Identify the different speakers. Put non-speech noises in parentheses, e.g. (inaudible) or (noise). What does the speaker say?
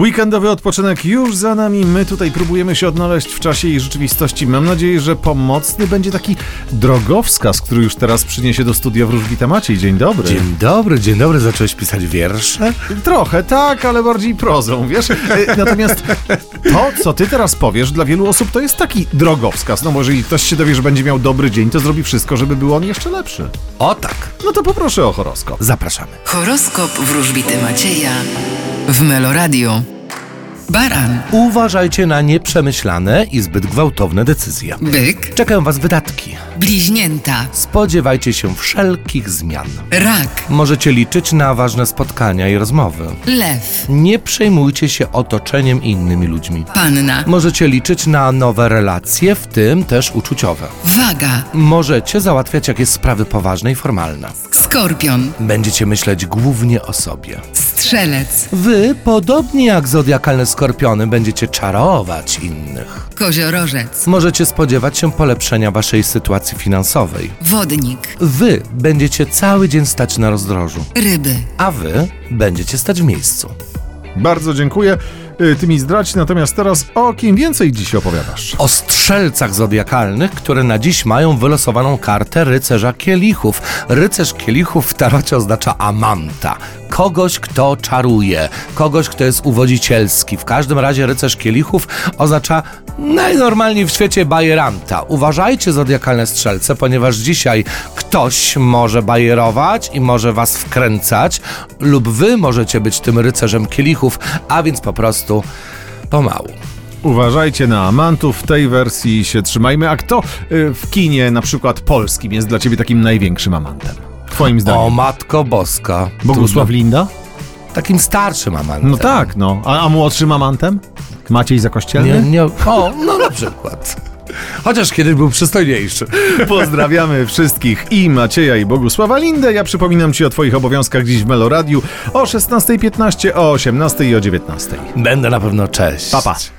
Speaker 1: Weekendowy odpoczynek już za nami. My tutaj próbujemy się odnaleźć w czasie i rzeczywistości. Mam nadzieję, że pomocny będzie taki drogowskaz, który już teraz przyniesie do studia wróżbita Maciej. Dzień dobry.
Speaker 2: Dzień dobry, dzień dobry. Zacząłeś pisać wiersze?
Speaker 1: Trochę tak, ale bardziej prozą, wiesz? E, Natomiast to, co ty teraz powiesz, dla wielu osób to jest taki drogowskaz. No bo jeżeli ktoś się dowie, że będzie miał dobry dzień, to zrobi wszystko, żeby był on jeszcze lepszy.
Speaker 2: O tak,
Speaker 1: No to poproszę o horoskop.
Speaker 2: zapraszamy.
Speaker 3: Horoskop wróżbity Macieja w Meloradio. Baran,
Speaker 2: Uważajcie na nieprzemyślane i zbyt gwałtowne decyzje.
Speaker 3: byk,
Speaker 2: Czekają Was wydatki.
Speaker 3: bliźnięta,
Speaker 2: Spodziewajcie się wszelkich zmian.
Speaker 3: rak,
Speaker 2: Możecie liczyć na ważne spotkania i rozmowy.
Speaker 3: lew,
Speaker 2: Nie przejmujcie się otoczeniem i innymi ludźmi.
Speaker 3: panna,
Speaker 2: Możecie liczyć na nowe relacje, w tym też uczuciowe.
Speaker 3: waga,
Speaker 2: Możecie załatwiać jakieś sprawy poważne i formalne.
Speaker 3: skorpion,
Speaker 2: Będziecie myśleć głównie o sobie.
Speaker 3: strzelec,
Speaker 2: Wy, podobnie jak zodiakalne skorpiony, będziecie czarować innych.
Speaker 3: koziorożec,
Speaker 2: Możecie spodziewać się polepszenia waszej sytuacji finansowej.
Speaker 3: wodnik,
Speaker 2: Wy będziecie cały dzień stać na rozdrożu,
Speaker 3: ryby.
Speaker 2: a wy będziecie stać w miejscu.
Speaker 1: Bardzo dziękuję. Y, Ty mi zdradź, natomiast teraz o kim więcej dziś opowiadasz?
Speaker 2: O strzelcach zodiakalnych, które na dziś mają wylosowaną kartę rycerza kielichów. Rycerz kielichów w tarocie oznacza amanta. Kogoś, kto czaruje, kogoś, kto jest uwodzicielski. W każdym razie rycerz kielichów oznacza najnormalniej w świecie bajeranta. Uważajcie zodiakalne strzelce, ponieważ dzisiaj ktoś może bajerować i może was wkręcać lub wy możecie być tym rycerzem kielichów, a więc po prostu pomału.
Speaker 1: Uważajcie na amantów, w tej wersji się trzymajmy. A kto y, w kinie na przykład polskim jest dla ciebie takim największym amantem? Twoim
Speaker 2: O
Speaker 1: zdaniem.
Speaker 2: matko boska.
Speaker 1: Bogusław Linda?
Speaker 2: Trudno. Takim starszym amantem.
Speaker 1: No tak, no. A, a młodszym amantem? Maciej Zakościelny?
Speaker 2: Nie, nie, o, no na przykład. Chociaż kiedyś był przystojniejszy.
Speaker 1: (laughs) Pozdrawiamy wszystkich i Macieja i Bogusława Lindę. Ja przypominam Ci o Twoich obowiązkach dziś w Meloradiu o 16.15, o 18.00 i o 19.00.
Speaker 2: Będę na pewno. Cześć.
Speaker 1: Pa, pa.